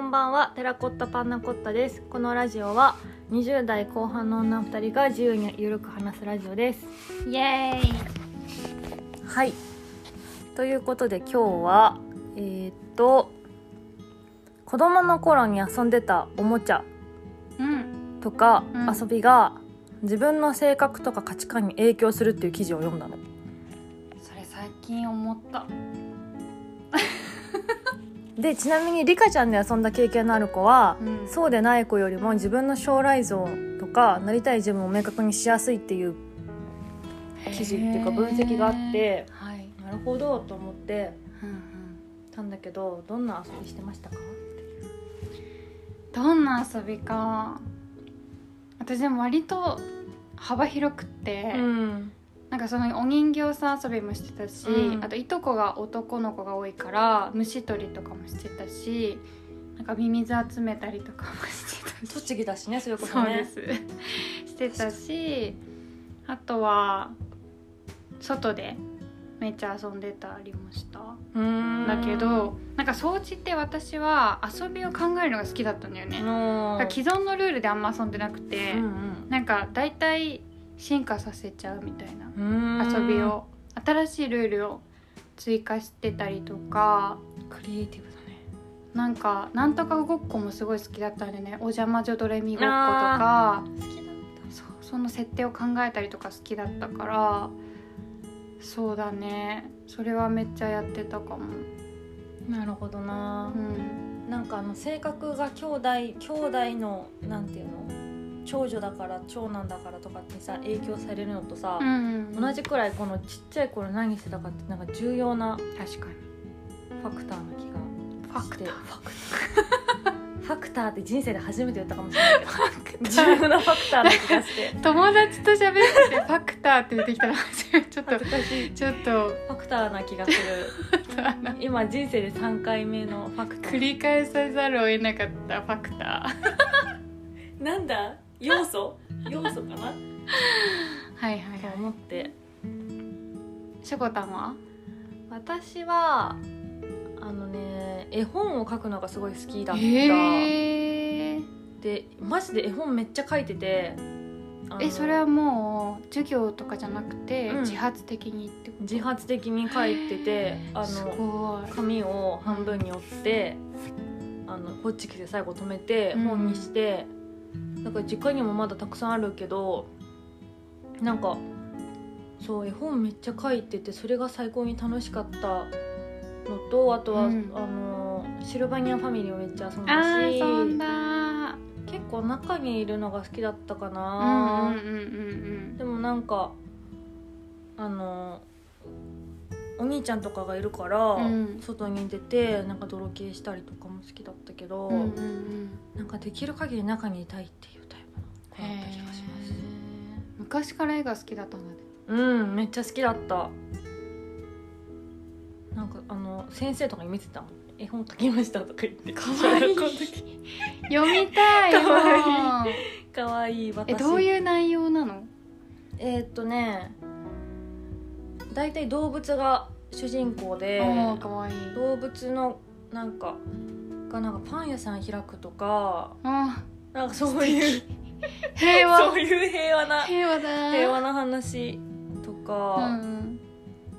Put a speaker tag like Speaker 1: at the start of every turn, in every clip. Speaker 1: んばんはテラコッタパンナコッタですこのラジオは20代後半の女2人が自由にゆるく話すラジオです
Speaker 2: イエーイ
Speaker 1: はいということで今日はえーっと子供の頃に遊んでたおもちゃ
Speaker 2: うん
Speaker 1: とか
Speaker 2: うん
Speaker 1: 遊びが自分の性格とか価値観に影響するっていう記事を読んだの
Speaker 2: それ最近思った
Speaker 1: でちなみにリカちゃんで遊んだ経験のある子は、
Speaker 2: うん
Speaker 1: そうでない子よりも自分の将来像とかなりたい自分を明確にしやすいっていう記事っていうか分析があって
Speaker 2: へーはい
Speaker 1: なるほどと思って
Speaker 2: うんうん
Speaker 1: たんだけどどんな遊びしてましたか
Speaker 2: どんな遊びか私でも割と幅広くって、
Speaker 1: ん
Speaker 2: なんかそのお人形さん遊びもしてたし、
Speaker 1: うん
Speaker 2: あといとこが男の子が多いから虫取りとかもしてたしなんかミミズ集めたりとかもしてたし
Speaker 1: 栃木だしねそういうこ
Speaker 2: そ
Speaker 1: と
Speaker 2: うで
Speaker 1: ね
Speaker 2: すしてたしあとは外でめっちゃ遊んでたりもした
Speaker 1: うーん
Speaker 2: だけどなんか掃除って私は遊びを考えるのが好きだったんだよね、
Speaker 1: の
Speaker 2: だから既存のルールであんま遊んでなくて、
Speaker 1: うん
Speaker 2: なんか大体進化させちゃうみたいな
Speaker 1: うんうー
Speaker 2: 遊
Speaker 1: ん
Speaker 2: びを新しいルールを追加してたりとか
Speaker 1: クリエイティブだね
Speaker 2: なんかなんとかごっこもすごい好きだったんでねお邪魔女ドレミごっことか
Speaker 1: 好きだっ
Speaker 2: そうその設定を考えたりとか好きだったからそうだねそれはめっちゃやってたかも、
Speaker 1: たなるほどな
Speaker 2: うん、
Speaker 1: なんかあの性格が兄弟兄弟のなんていうの長女だから長男だからとかってさ影響されるのとさ、
Speaker 2: うん
Speaker 1: 同じくらいこのちっちゃい頃何してたかってなんか重要な
Speaker 2: 確かに
Speaker 1: ファクターな気が
Speaker 2: ファクター
Speaker 1: ファクターファクターって人生で初めて言ったかもしれないけど重要なファクターな気がして
Speaker 2: 友達と喋っててファクターって出てきたら ちょっと
Speaker 1: 恥ずかしい
Speaker 2: ちょっと
Speaker 1: ファクターな気がする
Speaker 2: あの
Speaker 1: 今人生で3回目のファクタ
Speaker 2: 繰
Speaker 1: ー
Speaker 2: り返さざるを得なかったファクター
Speaker 1: なんだ要素要素かな
Speaker 2: はいはい
Speaker 1: と
Speaker 2: はい
Speaker 1: 思って
Speaker 2: しょこたんは
Speaker 1: 私はあのね絵本を書くのがすごい好きだった、
Speaker 2: へえ
Speaker 1: でマジで絵本めっちゃ書いててあの
Speaker 2: えそれはもう授業とかじゃなくて、
Speaker 1: うん
Speaker 2: 自発的にってこと
Speaker 1: 自発的に書いててあ
Speaker 2: す
Speaker 1: の
Speaker 2: ごい
Speaker 1: 紙を半分に折ってあのホッチキスで最後止めて
Speaker 2: うん
Speaker 1: 本にして、だから実家にもまだたくさんあるけどなんかそう絵本めっちゃ書いててそれが最高に楽しかったのとあとは、
Speaker 2: うん
Speaker 1: あのシルバニアファミリーをめっちゃ遊ん
Speaker 2: あ
Speaker 1: だ
Speaker 2: ー
Speaker 1: し
Speaker 2: そんだ
Speaker 1: 結構中にいるのが好きだったか
Speaker 2: う
Speaker 1: な、
Speaker 2: んうんうん
Speaker 1: でもなんかあのお兄ちゃんとかがいるから、
Speaker 2: うん
Speaker 1: 外に出てなんか泥系したりとかも好きだったけど、
Speaker 2: うんうんうんうん
Speaker 1: なんかできる限り中にいたいっていうタイプの子だった気がします
Speaker 2: へー昔から絵が好きだったんだね
Speaker 1: うんめっちゃ好きだったなんかあの先生とかに見せたもん絵本描きましたとか言ってか
Speaker 2: わいい読みたい
Speaker 1: かわ
Speaker 2: もう
Speaker 1: かわいい私
Speaker 2: えどういう内容なの
Speaker 1: えーっとね大体動物が主人公で
Speaker 2: おーかわいい
Speaker 1: 動物のなんかがなんかパン屋さん開くとか
Speaker 2: あ
Speaker 1: なんかそういう
Speaker 2: ー平和
Speaker 1: そういう平和な
Speaker 2: 平和だ
Speaker 1: 平和な話と
Speaker 2: う
Speaker 1: か、
Speaker 2: ん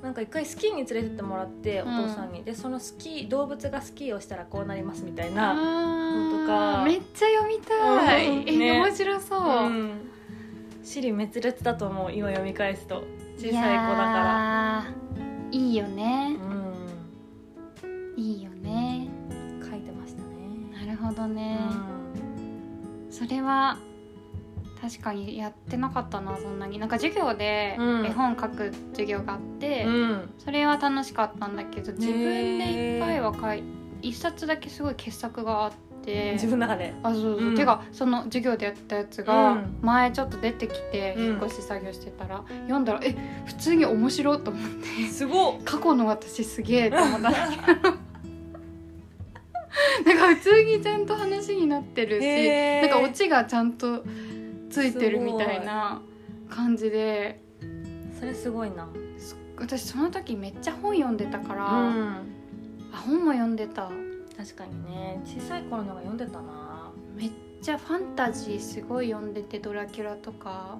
Speaker 1: なんか一回スキーに連れてってもらってお
Speaker 2: うん
Speaker 1: 父さんに、でそのスキー動物がスキーをしたらこうなりますみたいな、
Speaker 2: あ
Speaker 1: とか
Speaker 2: ーめっちゃ読みたい
Speaker 1: うん
Speaker 2: え
Speaker 1: ね
Speaker 2: 面白そう
Speaker 1: うん、シリ滅裂だと思う今読み返すと小さい子だから
Speaker 2: らいいよね
Speaker 1: う
Speaker 2: いいよね
Speaker 1: ん書いてましたね、
Speaker 2: なるほどね
Speaker 1: うん
Speaker 2: それは確かにやってなかったなそんなになんか授業で
Speaker 1: うん
Speaker 2: 絵本書く授業があって、
Speaker 1: うん
Speaker 2: それは楽しかったんだけど自分でいっぱいは書い一冊だけすごい傑作があって
Speaker 1: 自分の中 で
Speaker 2: あそうそう、
Speaker 1: うん
Speaker 2: てかその授業でやったやつが、
Speaker 1: うん
Speaker 2: 前ちょっと出てきて
Speaker 1: うん
Speaker 2: 引っ越し作業してたら、読んだらえ普通に面白いと思って
Speaker 1: すごっ
Speaker 2: 過去の私すげえと 思ったんだけどなんか普通にちゃんと話になってるし、
Speaker 1: へー
Speaker 2: なんかオチがちゃんとついてるみたいな感じで
Speaker 1: それすごいな
Speaker 2: 私その時めっちゃ本読んでたから、
Speaker 1: うん
Speaker 2: あ本も読んでた
Speaker 1: 確かにね小さい頃のが読んでたな
Speaker 2: めっちゃファンタジーすごい読んでて「ドラキュラ」とか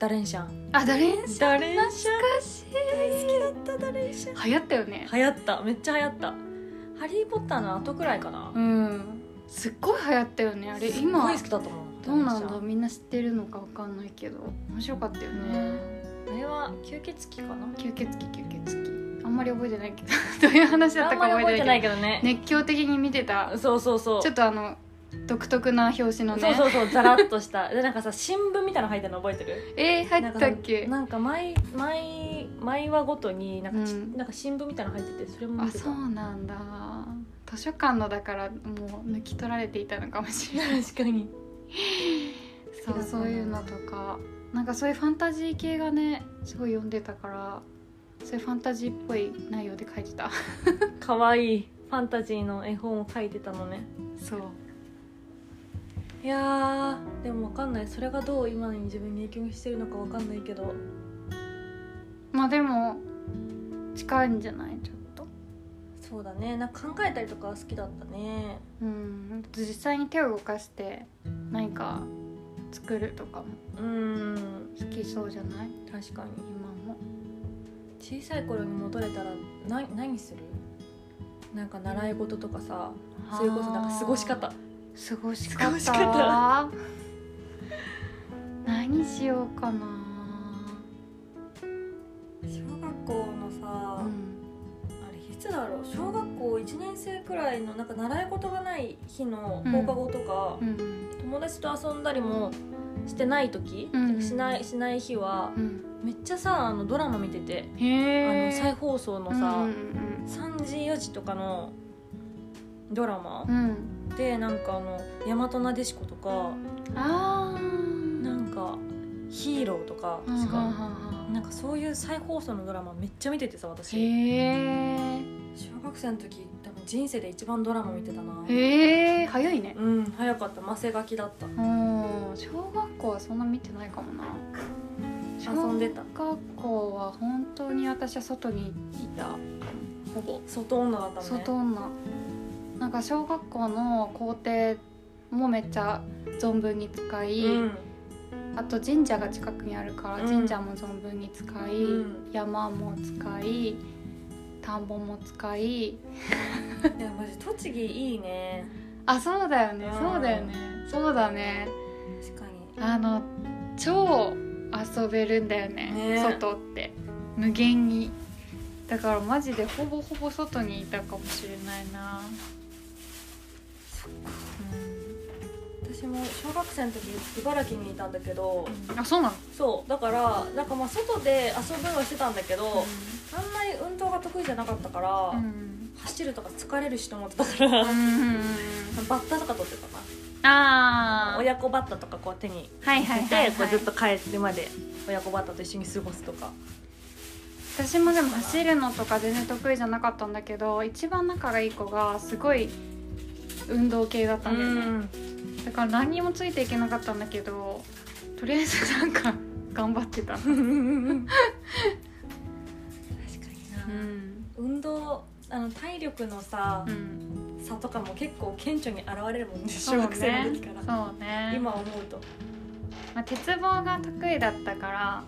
Speaker 1: ダレンシャン
Speaker 2: あダレンシャン
Speaker 1: ダレンシャン
Speaker 2: 懐かし
Speaker 1: 大好きだったダレンシャ
Speaker 2: い流行ったよね
Speaker 1: ン流行っためっちゃ流行ったハリー・ポッターの後くらいかな
Speaker 2: うんすっごい流行ったよねあれ今
Speaker 1: すっごい好きだと思う
Speaker 2: どうなん
Speaker 1: ダ
Speaker 2: だ
Speaker 1: レンシ
Speaker 2: みんな知ってるのかわかんないけど面白かったよ
Speaker 1: ャン
Speaker 2: ね
Speaker 1: ねあれは吸血鬼かな
Speaker 2: 吸血鬼吸血鬼あんまり覚えてないけど どういう話だっ
Speaker 1: あ
Speaker 2: た
Speaker 1: んま
Speaker 2: か
Speaker 1: り
Speaker 2: 覚
Speaker 1: 覚
Speaker 2: え
Speaker 1: えて
Speaker 2: てな
Speaker 1: ないい
Speaker 2: け
Speaker 1: けどね
Speaker 2: ど熱狂的に見てた
Speaker 1: そうそうそう
Speaker 2: ちょっとあの独特な表紙のね
Speaker 1: そうそうそうザラッとしたでなんかさ新聞みたいなの入ってるの覚えてる
Speaker 2: えー、入ったっけ
Speaker 1: なんか毎毎毎話ごとになんかち、
Speaker 2: うん
Speaker 1: なんか新聞みたいなの入っててそれも
Speaker 2: あ
Speaker 1: 見てた
Speaker 2: そうなんだ図書館のだからもう抜き取られていたのかもしれない
Speaker 1: 確かに好
Speaker 2: そ
Speaker 1: きだった
Speaker 2: う
Speaker 1: な
Speaker 2: そういうのとかなんかそういうファンタジー系がねすごい読んでたからそういうファンタジーっぽい内容で書いてた
Speaker 1: 可愛いファンタジーの絵本を書いてたのね
Speaker 2: そう
Speaker 1: いやーでも分かんないそれがどう今に自分に影響してるのか分かんないけど
Speaker 2: まあでも近いんじゃないちょっと
Speaker 1: そうだねなんか考えたりとかは好きだったね
Speaker 2: うん実際に手を動かして何か作るとかも
Speaker 1: うーん
Speaker 2: 好きそうじゃない
Speaker 1: 確かに
Speaker 2: 今も
Speaker 1: 小さい頃に戻れたらな何するなんか習い事とかさそれこそなんか過ごし方
Speaker 2: 過ごし方
Speaker 1: 過ごし方
Speaker 2: 何しようかな、
Speaker 1: 小学校のさ、
Speaker 2: うん、
Speaker 1: あれいつだろう小学校1年生くらいのなんか習い事がない日の放課後とか、
Speaker 2: うん
Speaker 1: 友達と遊んだりもしてない時、
Speaker 2: うん
Speaker 1: しないしない日は
Speaker 2: うん
Speaker 1: めっちゃさあのドラマ見てて、あの
Speaker 2: へえ
Speaker 1: 再放送のさ、
Speaker 2: うん
Speaker 1: 3時4時とかのドラマ
Speaker 2: うん、うん
Speaker 1: でなんかあの「大和なでしこ」とか
Speaker 2: あー
Speaker 1: なんか「ヒーロー」とか
Speaker 2: うん
Speaker 1: し
Speaker 2: はん
Speaker 1: か、
Speaker 2: はんはん
Speaker 1: なんかそういう再放送のドラマめっちゃ見ててさ私
Speaker 2: へ
Speaker 1: 小学生の時多分人生で一番ドラマ見てたな
Speaker 2: えへえ早いね
Speaker 1: うん早かったマセガキだった
Speaker 2: うん小学校はそんな見てないかもな
Speaker 1: 遊んでた
Speaker 2: 小学校は本当に私は外にいたほぼ
Speaker 1: 外女だったもんね
Speaker 2: 外女なんか小学校の校庭もめっちゃ存分に使い、
Speaker 1: うん
Speaker 2: あと神社が近くにあるから
Speaker 1: うん
Speaker 2: 神社も存分に使い、
Speaker 1: うん
Speaker 2: 山も使い田んぼも使い
Speaker 1: いやマジ栃木いいね
Speaker 2: あ そうだよね
Speaker 1: うん
Speaker 2: そうだよねそうだね
Speaker 1: 確かに
Speaker 2: あの超遊べるんだよね
Speaker 1: ね
Speaker 2: 外って無限にだからマジでほぼほぼ外にいたかもしれないな
Speaker 1: 私も小学生の時茨城にいたんだけど、
Speaker 2: うんあそうなの
Speaker 1: そうだからなんかまあ外で遊ぶのはしてたんだけど、あんまり運動が得意じゃなかったから、
Speaker 2: うん
Speaker 1: 走るとか疲れるしと思ってたから、
Speaker 2: うんうんうん
Speaker 1: バッタとか取ってたな、
Speaker 2: ああ
Speaker 1: 親子バッタとかこう手に
Speaker 2: はいはい
Speaker 1: 入れ
Speaker 2: はい、
Speaker 1: てこう
Speaker 2: はい、
Speaker 1: ずっと帰ってまで親子バッタと一緒に過ごすとか
Speaker 2: 私もでも走るのとか全然得意じゃなかったんだけど一番仲がいい子がすごい運動系だったんだよね、だから何にもついていけなかったんだけどとりあえずなんか 頑張ってた、
Speaker 1: 確かにな、
Speaker 2: うん
Speaker 1: 運動あの体力のさ
Speaker 2: う、ん、
Speaker 1: 差とかも結構顕著に現れるもんね
Speaker 2: そう
Speaker 1: 小
Speaker 2: ね
Speaker 1: 学生の時から、
Speaker 2: そうね
Speaker 1: 今思うと
Speaker 2: まあ、鉄棒が得意だったから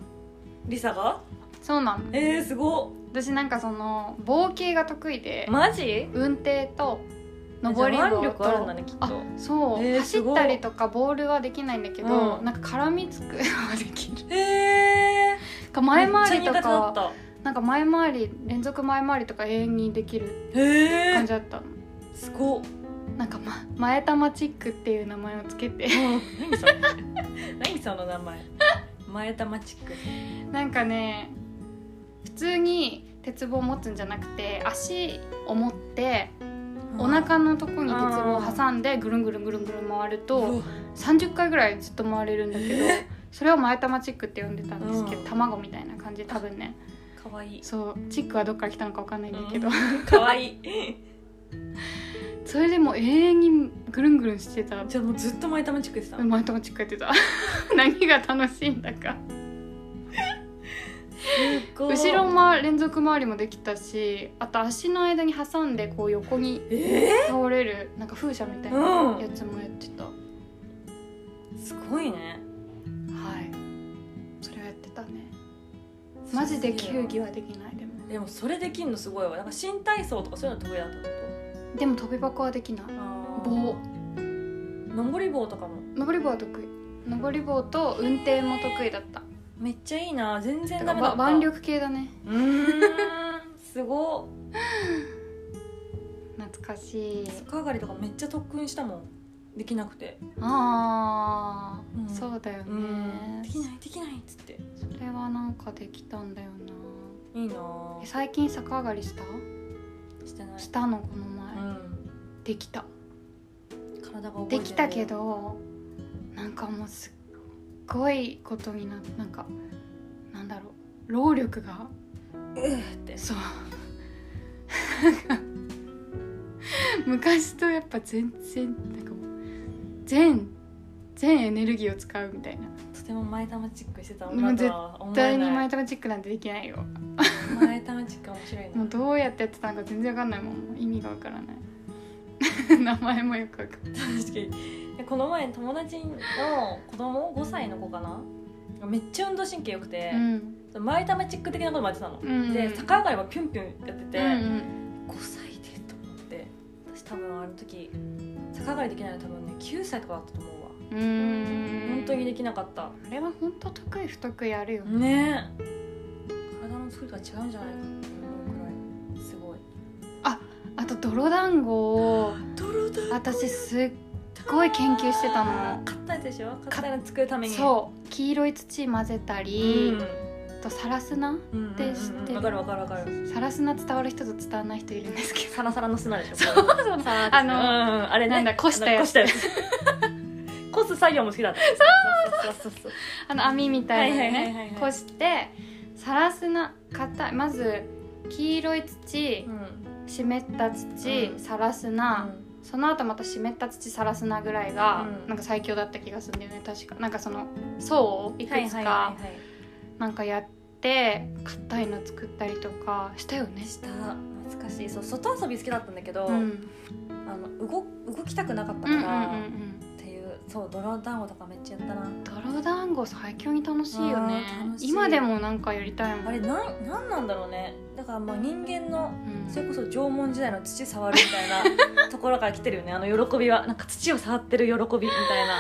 Speaker 1: リサが
Speaker 2: そうなの
Speaker 1: えー、すご
Speaker 2: 私なんかその棒系が得意で
Speaker 1: っ、マジ
Speaker 2: 運転と上り
Speaker 1: じゃあ
Speaker 2: 棒
Speaker 1: 腕力あるんだ
Speaker 2: と
Speaker 1: ねきっ
Speaker 2: あ
Speaker 1: と
Speaker 2: そう、
Speaker 1: えー
Speaker 2: 走
Speaker 1: す
Speaker 2: っ
Speaker 1: ごい
Speaker 2: たりとかボールはできないんだけど、
Speaker 1: うん
Speaker 2: なんか絡みつくのができる
Speaker 1: へえ
Speaker 2: なんか前回り
Speaker 1: め
Speaker 2: と
Speaker 1: っちゃ苦手だっ
Speaker 2: か
Speaker 1: た
Speaker 2: なんか前回り連続前回りとか永遠にできる
Speaker 1: へ
Speaker 2: 感
Speaker 1: え
Speaker 2: じだった の
Speaker 1: すごっ
Speaker 2: なんか、ま、前玉チックっていう名前をつけて
Speaker 1: 何それ何その名前前玉チック
Speaker 2: なんかね普通に鉄棒を持つんじゃなくて足を持ってお腹のとこに鉄棒を挟んでぐるんぐるんぐるんぐるん回ると30回ぐらいずっと回れるんだけどそれを前玉チックって呼んでたんですけど
Speaker 1: うん
Speaker 2: 卵みたいな感じ多分ね
Speaker 1: かわいい
Speaker 2: そうチックはどっから来たのかわかんないんだけど、
Speaker 1: かわいい
Speaker 2: それでもう永遠にぐるんぐるんしてた
Speaker 1: じゃあもうずっと前玉チックでした
Speaker 2: 前玉チックやってた何が楽しいんだか
Speaker 1: ごい
Speaker 2: 後ろ回連続回りもできたしあと足の間に挟んでこう横に
Speaker 1: え
Speaker 2: 倒れるなんか風車みたいな
Speaker 1: ー、う
Speaker 2: やつもやってた、
Speaker 1: んすごいね
Speaker 2: はいそれをやってたねマジで球技はできないでも
Speaker 1: でもそれできんのすごいわなんか新体操とかそういうの得意だったのと
Speaker 2: でも飛び箱はできない
Speaker 1: あ
Speaker 2: 棒
Speaker 1: 登り棒とかも
Speaker 2: 登り棒は得意登り棒と運転も得意だった
Speaker 1: めっちゃいいな全然
Speaker 2: だ
Speaker 1: ダ
Speaker 2: か
Speaker 1: メだっ
Speaker 2: ら
Speaker 1: た
Speaker 2: 腕力系だね
Speaker 1: うーんすご
Speaker 2: 懐かしい
Speaker 1: い逆上がりとかめっちゃ特訓したもんできなくて
Speaker 2: ああ、
Speaker 1: うん
Speaker 2: そうだよね、
Speaker 1: できないできないっつって
Speaker 2: それはなんかできたんだよ
Speaker 1: いいな
Speaker 2: なえ最近逆上がりした
Speaker 1: してない
Speaker 2: したのこの前、
Speaker 1: うん
Speaker 2: できた
Speaker 1: 体が覚えて
Speaker 2: で
Speaker 1: る
Speaker 2: きたけどなんかもうすっごいことになってなんかなんだろう労力が
Speaker 1: うーって
Speaker 2: そう昔とやっぱ全然なんかもう全全エネルギーを使うみたいな
Speaker 1: とても前玉チックしてた
Speaker 2: もう
Speaker 1: 女とは思
Speaker 2: 絶
Speaker 1: え
Speaker 2: 対
Speaker 1: な
Speaker 2: に
Speaker 1: い
Speaker 2: 前玉チックなんてできないよ
Speaker 1: 前玉チックは面白いな
Speaker 2: もうどうやってやってたのか全然わかんないもんもう意味がわからない 名前もよくわかんない
Speaker 1: 確かにでこの前友達の子供5歳の子かなめっちゃ運動神経良くて、
Speaker 2: うん
Speaker 1: 前玉チック的なこともやってたの、
Speaker 2: うん
Speaker 1: で逆上がりはピュンピュンやってて、
Speaker 2: うんうん
Speaker 1: 5歳でと思って私多分あの時逆上がりできないの多分ね9歳とかだったと思うわ
Speaker 2: うーん
Speaker 1: 本当にできなかった
Speaker 2: あれは本当得意不得意あるよね
Speaker 1: ねえ体の作りとは違うんじゃないかって思うくらいすごい
Speaker 2: あと泥団子を
Speaker 1: 泥だ
Speaker 2: 私すっごい研究してたの
Speaker 1: 硬いでしょ硬いの作るために
Speaker 2: そう黄色い土混ぜた
Speaker 1: う
Speaker 2: り
Speaker 1: ん、
Speaker 2: あとサラスナ
Speaker 1: うんうん
Speaker 2: で知ってる
Speaker 1: わかるわかるわかる
Speaker 2: サラスナ伝わる人と伝わらない人いるんですけど
Speaker 1: サラサラの砂でしょそうそう
Speaker 2: あ
Speaker 1: あ
Speaker 2: の
Speaker 1: あれね
Speaker 2: なんだこしたやつ
Speaker 1: こしたやつ こす作業も好きだったそうそうそうそう
Speaker 2: あの網みたいなの
Speaker 1: はいはいはいはい
Speaker 2: ねこしてサラスナ硬いまず黄色い土
Speaker 1: うん
Speaker 2: 湿った土
Speaker 1: うん
Speaker 2: サラスナ、その後また湿った土さらすなぐらいが、
Speaker 1: うん
Speaker 2: なんか最強だった気がするんだよね確かなんかその層をいく
Speaker 1: はい
Speaker 2: つ
Speaker 1: はい
Speaker 2: か
Speaker 1: はいはい
Speaker 2: なんかやって硬いの作ったりとかしたよね
Speaker 1: した懐かしいそう外遊び好きだったんだけど、
Speaker 2: うんうん
Speaker 1: あの動動きたくなかった
Speaker 2: う
Speaker 1: か
Speaker 2: んうんう
Speaker 1: ら、
Speaker 2: ん
Speaker 1: っていうそう泥団子とかめっちゃやったな
Speaker 2: 泥団子最強に楽しいよね
Speaker 1: あー楽しい
Speaker 2: 今でもなんかやりたいもん
Speaker 1: あれなんなんなんだろうねだからまあ人間の
Speaker 2: うん
Speaker 1: それこそ縄文時代の土触るみたい なところから来てるよねあの喜びはなんか土を触ってる喜びみたいな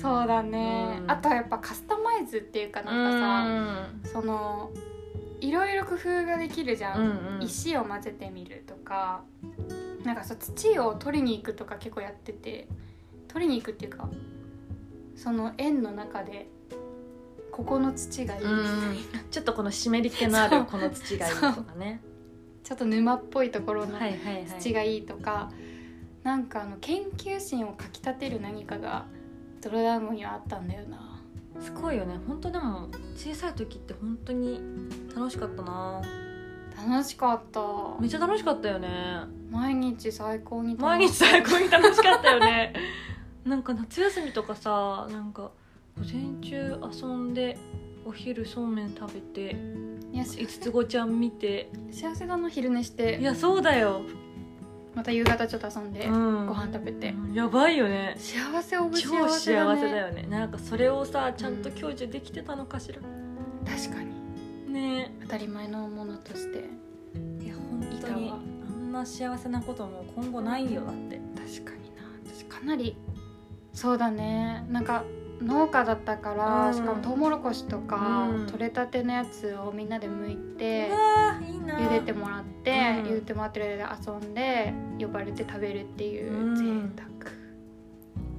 Speaker 2: そうだね、
Speaker 1: うん
Speaker 2: あとはやっぱカスタマイズっていうかなんか
Speaker 1: なんか
Speaker 2: さそのいろいろ工夫ができるじゃ
Speaker 1: さ、うんうん、
Speaker 2: 石を混ぜてみるとかなんかそう土を取りに行くとか結構やってて取りに行くっていうかその円の中でここの土がいいみたいな、
Speaker 1: うんちょっとこの湿り気のあ
Speaker 2: そ
Speaker 1: る
Speaker 2: う
Speaker 1: この土がいいとかね
Speaker 2: ちょっと沼っぽいところの
Speaker 1: はいはいはい
Speaker 2: 土がいいとか、なんかあの研究心をかきたてる何かが泥団子にはあったんだよな
Speaker 1: すごいよね本当でも小さい時って本当に楽しかったな
Speaker 2: 楽しかった
Speaker 1: めっちゃ楽しかったよね
Speaker 2: 毎日最高に楽
Speaker 1: 毎日最高に楽しかったよねなんか夏休みとかさなんか午前中遊んでお昼そうめん食べて
Speaker 2: いや
Speaker 1: 五つ子ちゃん見て
Speaker 2: 幸せだな昼寝し
Speaker 1: い
Speaker 2: て
Speaker 1: やそうだよ、
Speaker 2: また夕方ちょっと遊んで、
Speaker 1: うん、
Speaker 2: ご飯食べて、
Speaker 1: やばいよね
Speaker 2: 幸せオブ幸せだ
Speaker 1: 超幸
Speaker 2: ね
Speaker 1: せだよねなんかそれをさちゃんと享受できてたのかしら
Speaker 2: 確かに
Speaker 1: ね
Speaker 2: 当たり前のものとして
Speaker 1: えいや本当
Speaker 2: いい
Speaker 1: に
Speaker 2: かも
Speaker 1: あんな幸せなこともう今後ないよだって
Speaker 2: 確かにな私かなりそうだねなんか農家だったから、
Speaker 1: うん
Speaker 2: しかもトウモロコシとか、
Speaker 1: うん
Speaker 2: 取れたてのやつをみんなで剥いて
Speaker 1: うわーいいな
Speaker 2: 茹でてもらって、
Speaker 1: うん
Speaker 2: 茹でてもらってる間遊んで呼ばれて食べるっていう
Speaker 1: うん
Speaker 2: 贅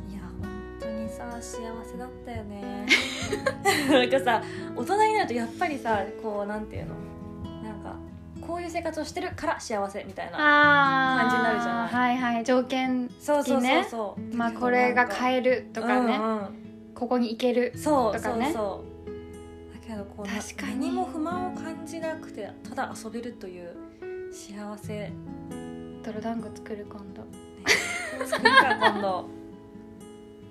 Speaker 1: いや本当にさ幸せだったよね なんかさ大人になるとやっぱりさこうなんていうのなんかこういう生活をしてるから幸せみたい
Speaker 2: 沢
Speaker 1: な
Speaker 2: あ
Speaker 1: 感じになるじゃない
Speaker 2: はいはい条件
Speaker 1: そうそうそう
Speaker 2: ね
Speaker 1: そう、
Speaker 2: まあこれが買えるとかね、
Speaker 1: うんうん
Speaker 2: ここに行ける
Speaker 1: そう
Speaker 2: とか
Speaker 1: そ
Speaker 2: ね
Speaker 1: うそうだけどこうな
Speaker 2: 確かに
Speaker 1: 何も不満を感じなくてただ遊べるという幸 せ
Speaker 2: 泥団子作る今度
Speaker 1: 作るか今度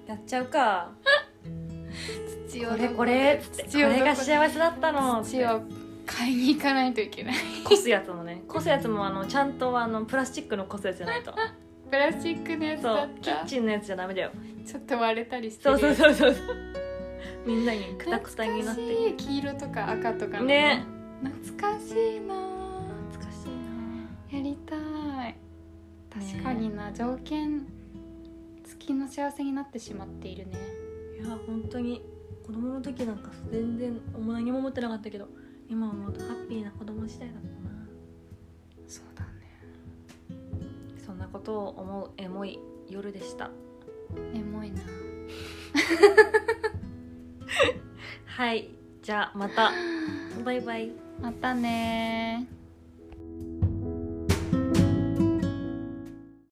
Speaker 1: やっちゃうかこれこれつってこ
Speaker 2: 土をどこ
Speaker 1: れが幸せだったのって
Speaker 2: 土を買いに行かないといけない
Speaker 1: こすやつもねこすやつもあのちゃんとあのプラスチックのこすやつじゃないと
Speaker 2: プラスチック のやつ
Speaker 1: そ
Speaker 2: だっ
Speaker 1: うキッ
Speaker 2: た
Speaker 1: チンのやつじゃダメだよ
Speaker 2: ちょっと割れたりして
Speaker 1: そうそう
Speaker 2: う
Speaker 1: そうそうみんなにクタクタになって
Speaker 2: 黄色とか赤とかの
Speaker 1: ね
Speaker 2: 懐かしいなぁ
Speaker 1: 懐かしいな
Speaker 2: やりたい確かにな、条件付きの幸せになってしまっているね
Speaker 1: いや本当に子供の時なんか全然もう何も思ってなかったけど今思うとハッピーな子供時代だったな
Speaker 2: そうだね
Speaker 1: そんなことを思うエモい夜でした
Speaker 2: エモいな
Speaker 1: はいじゃあまたバイバイ
Speaker 2: またねー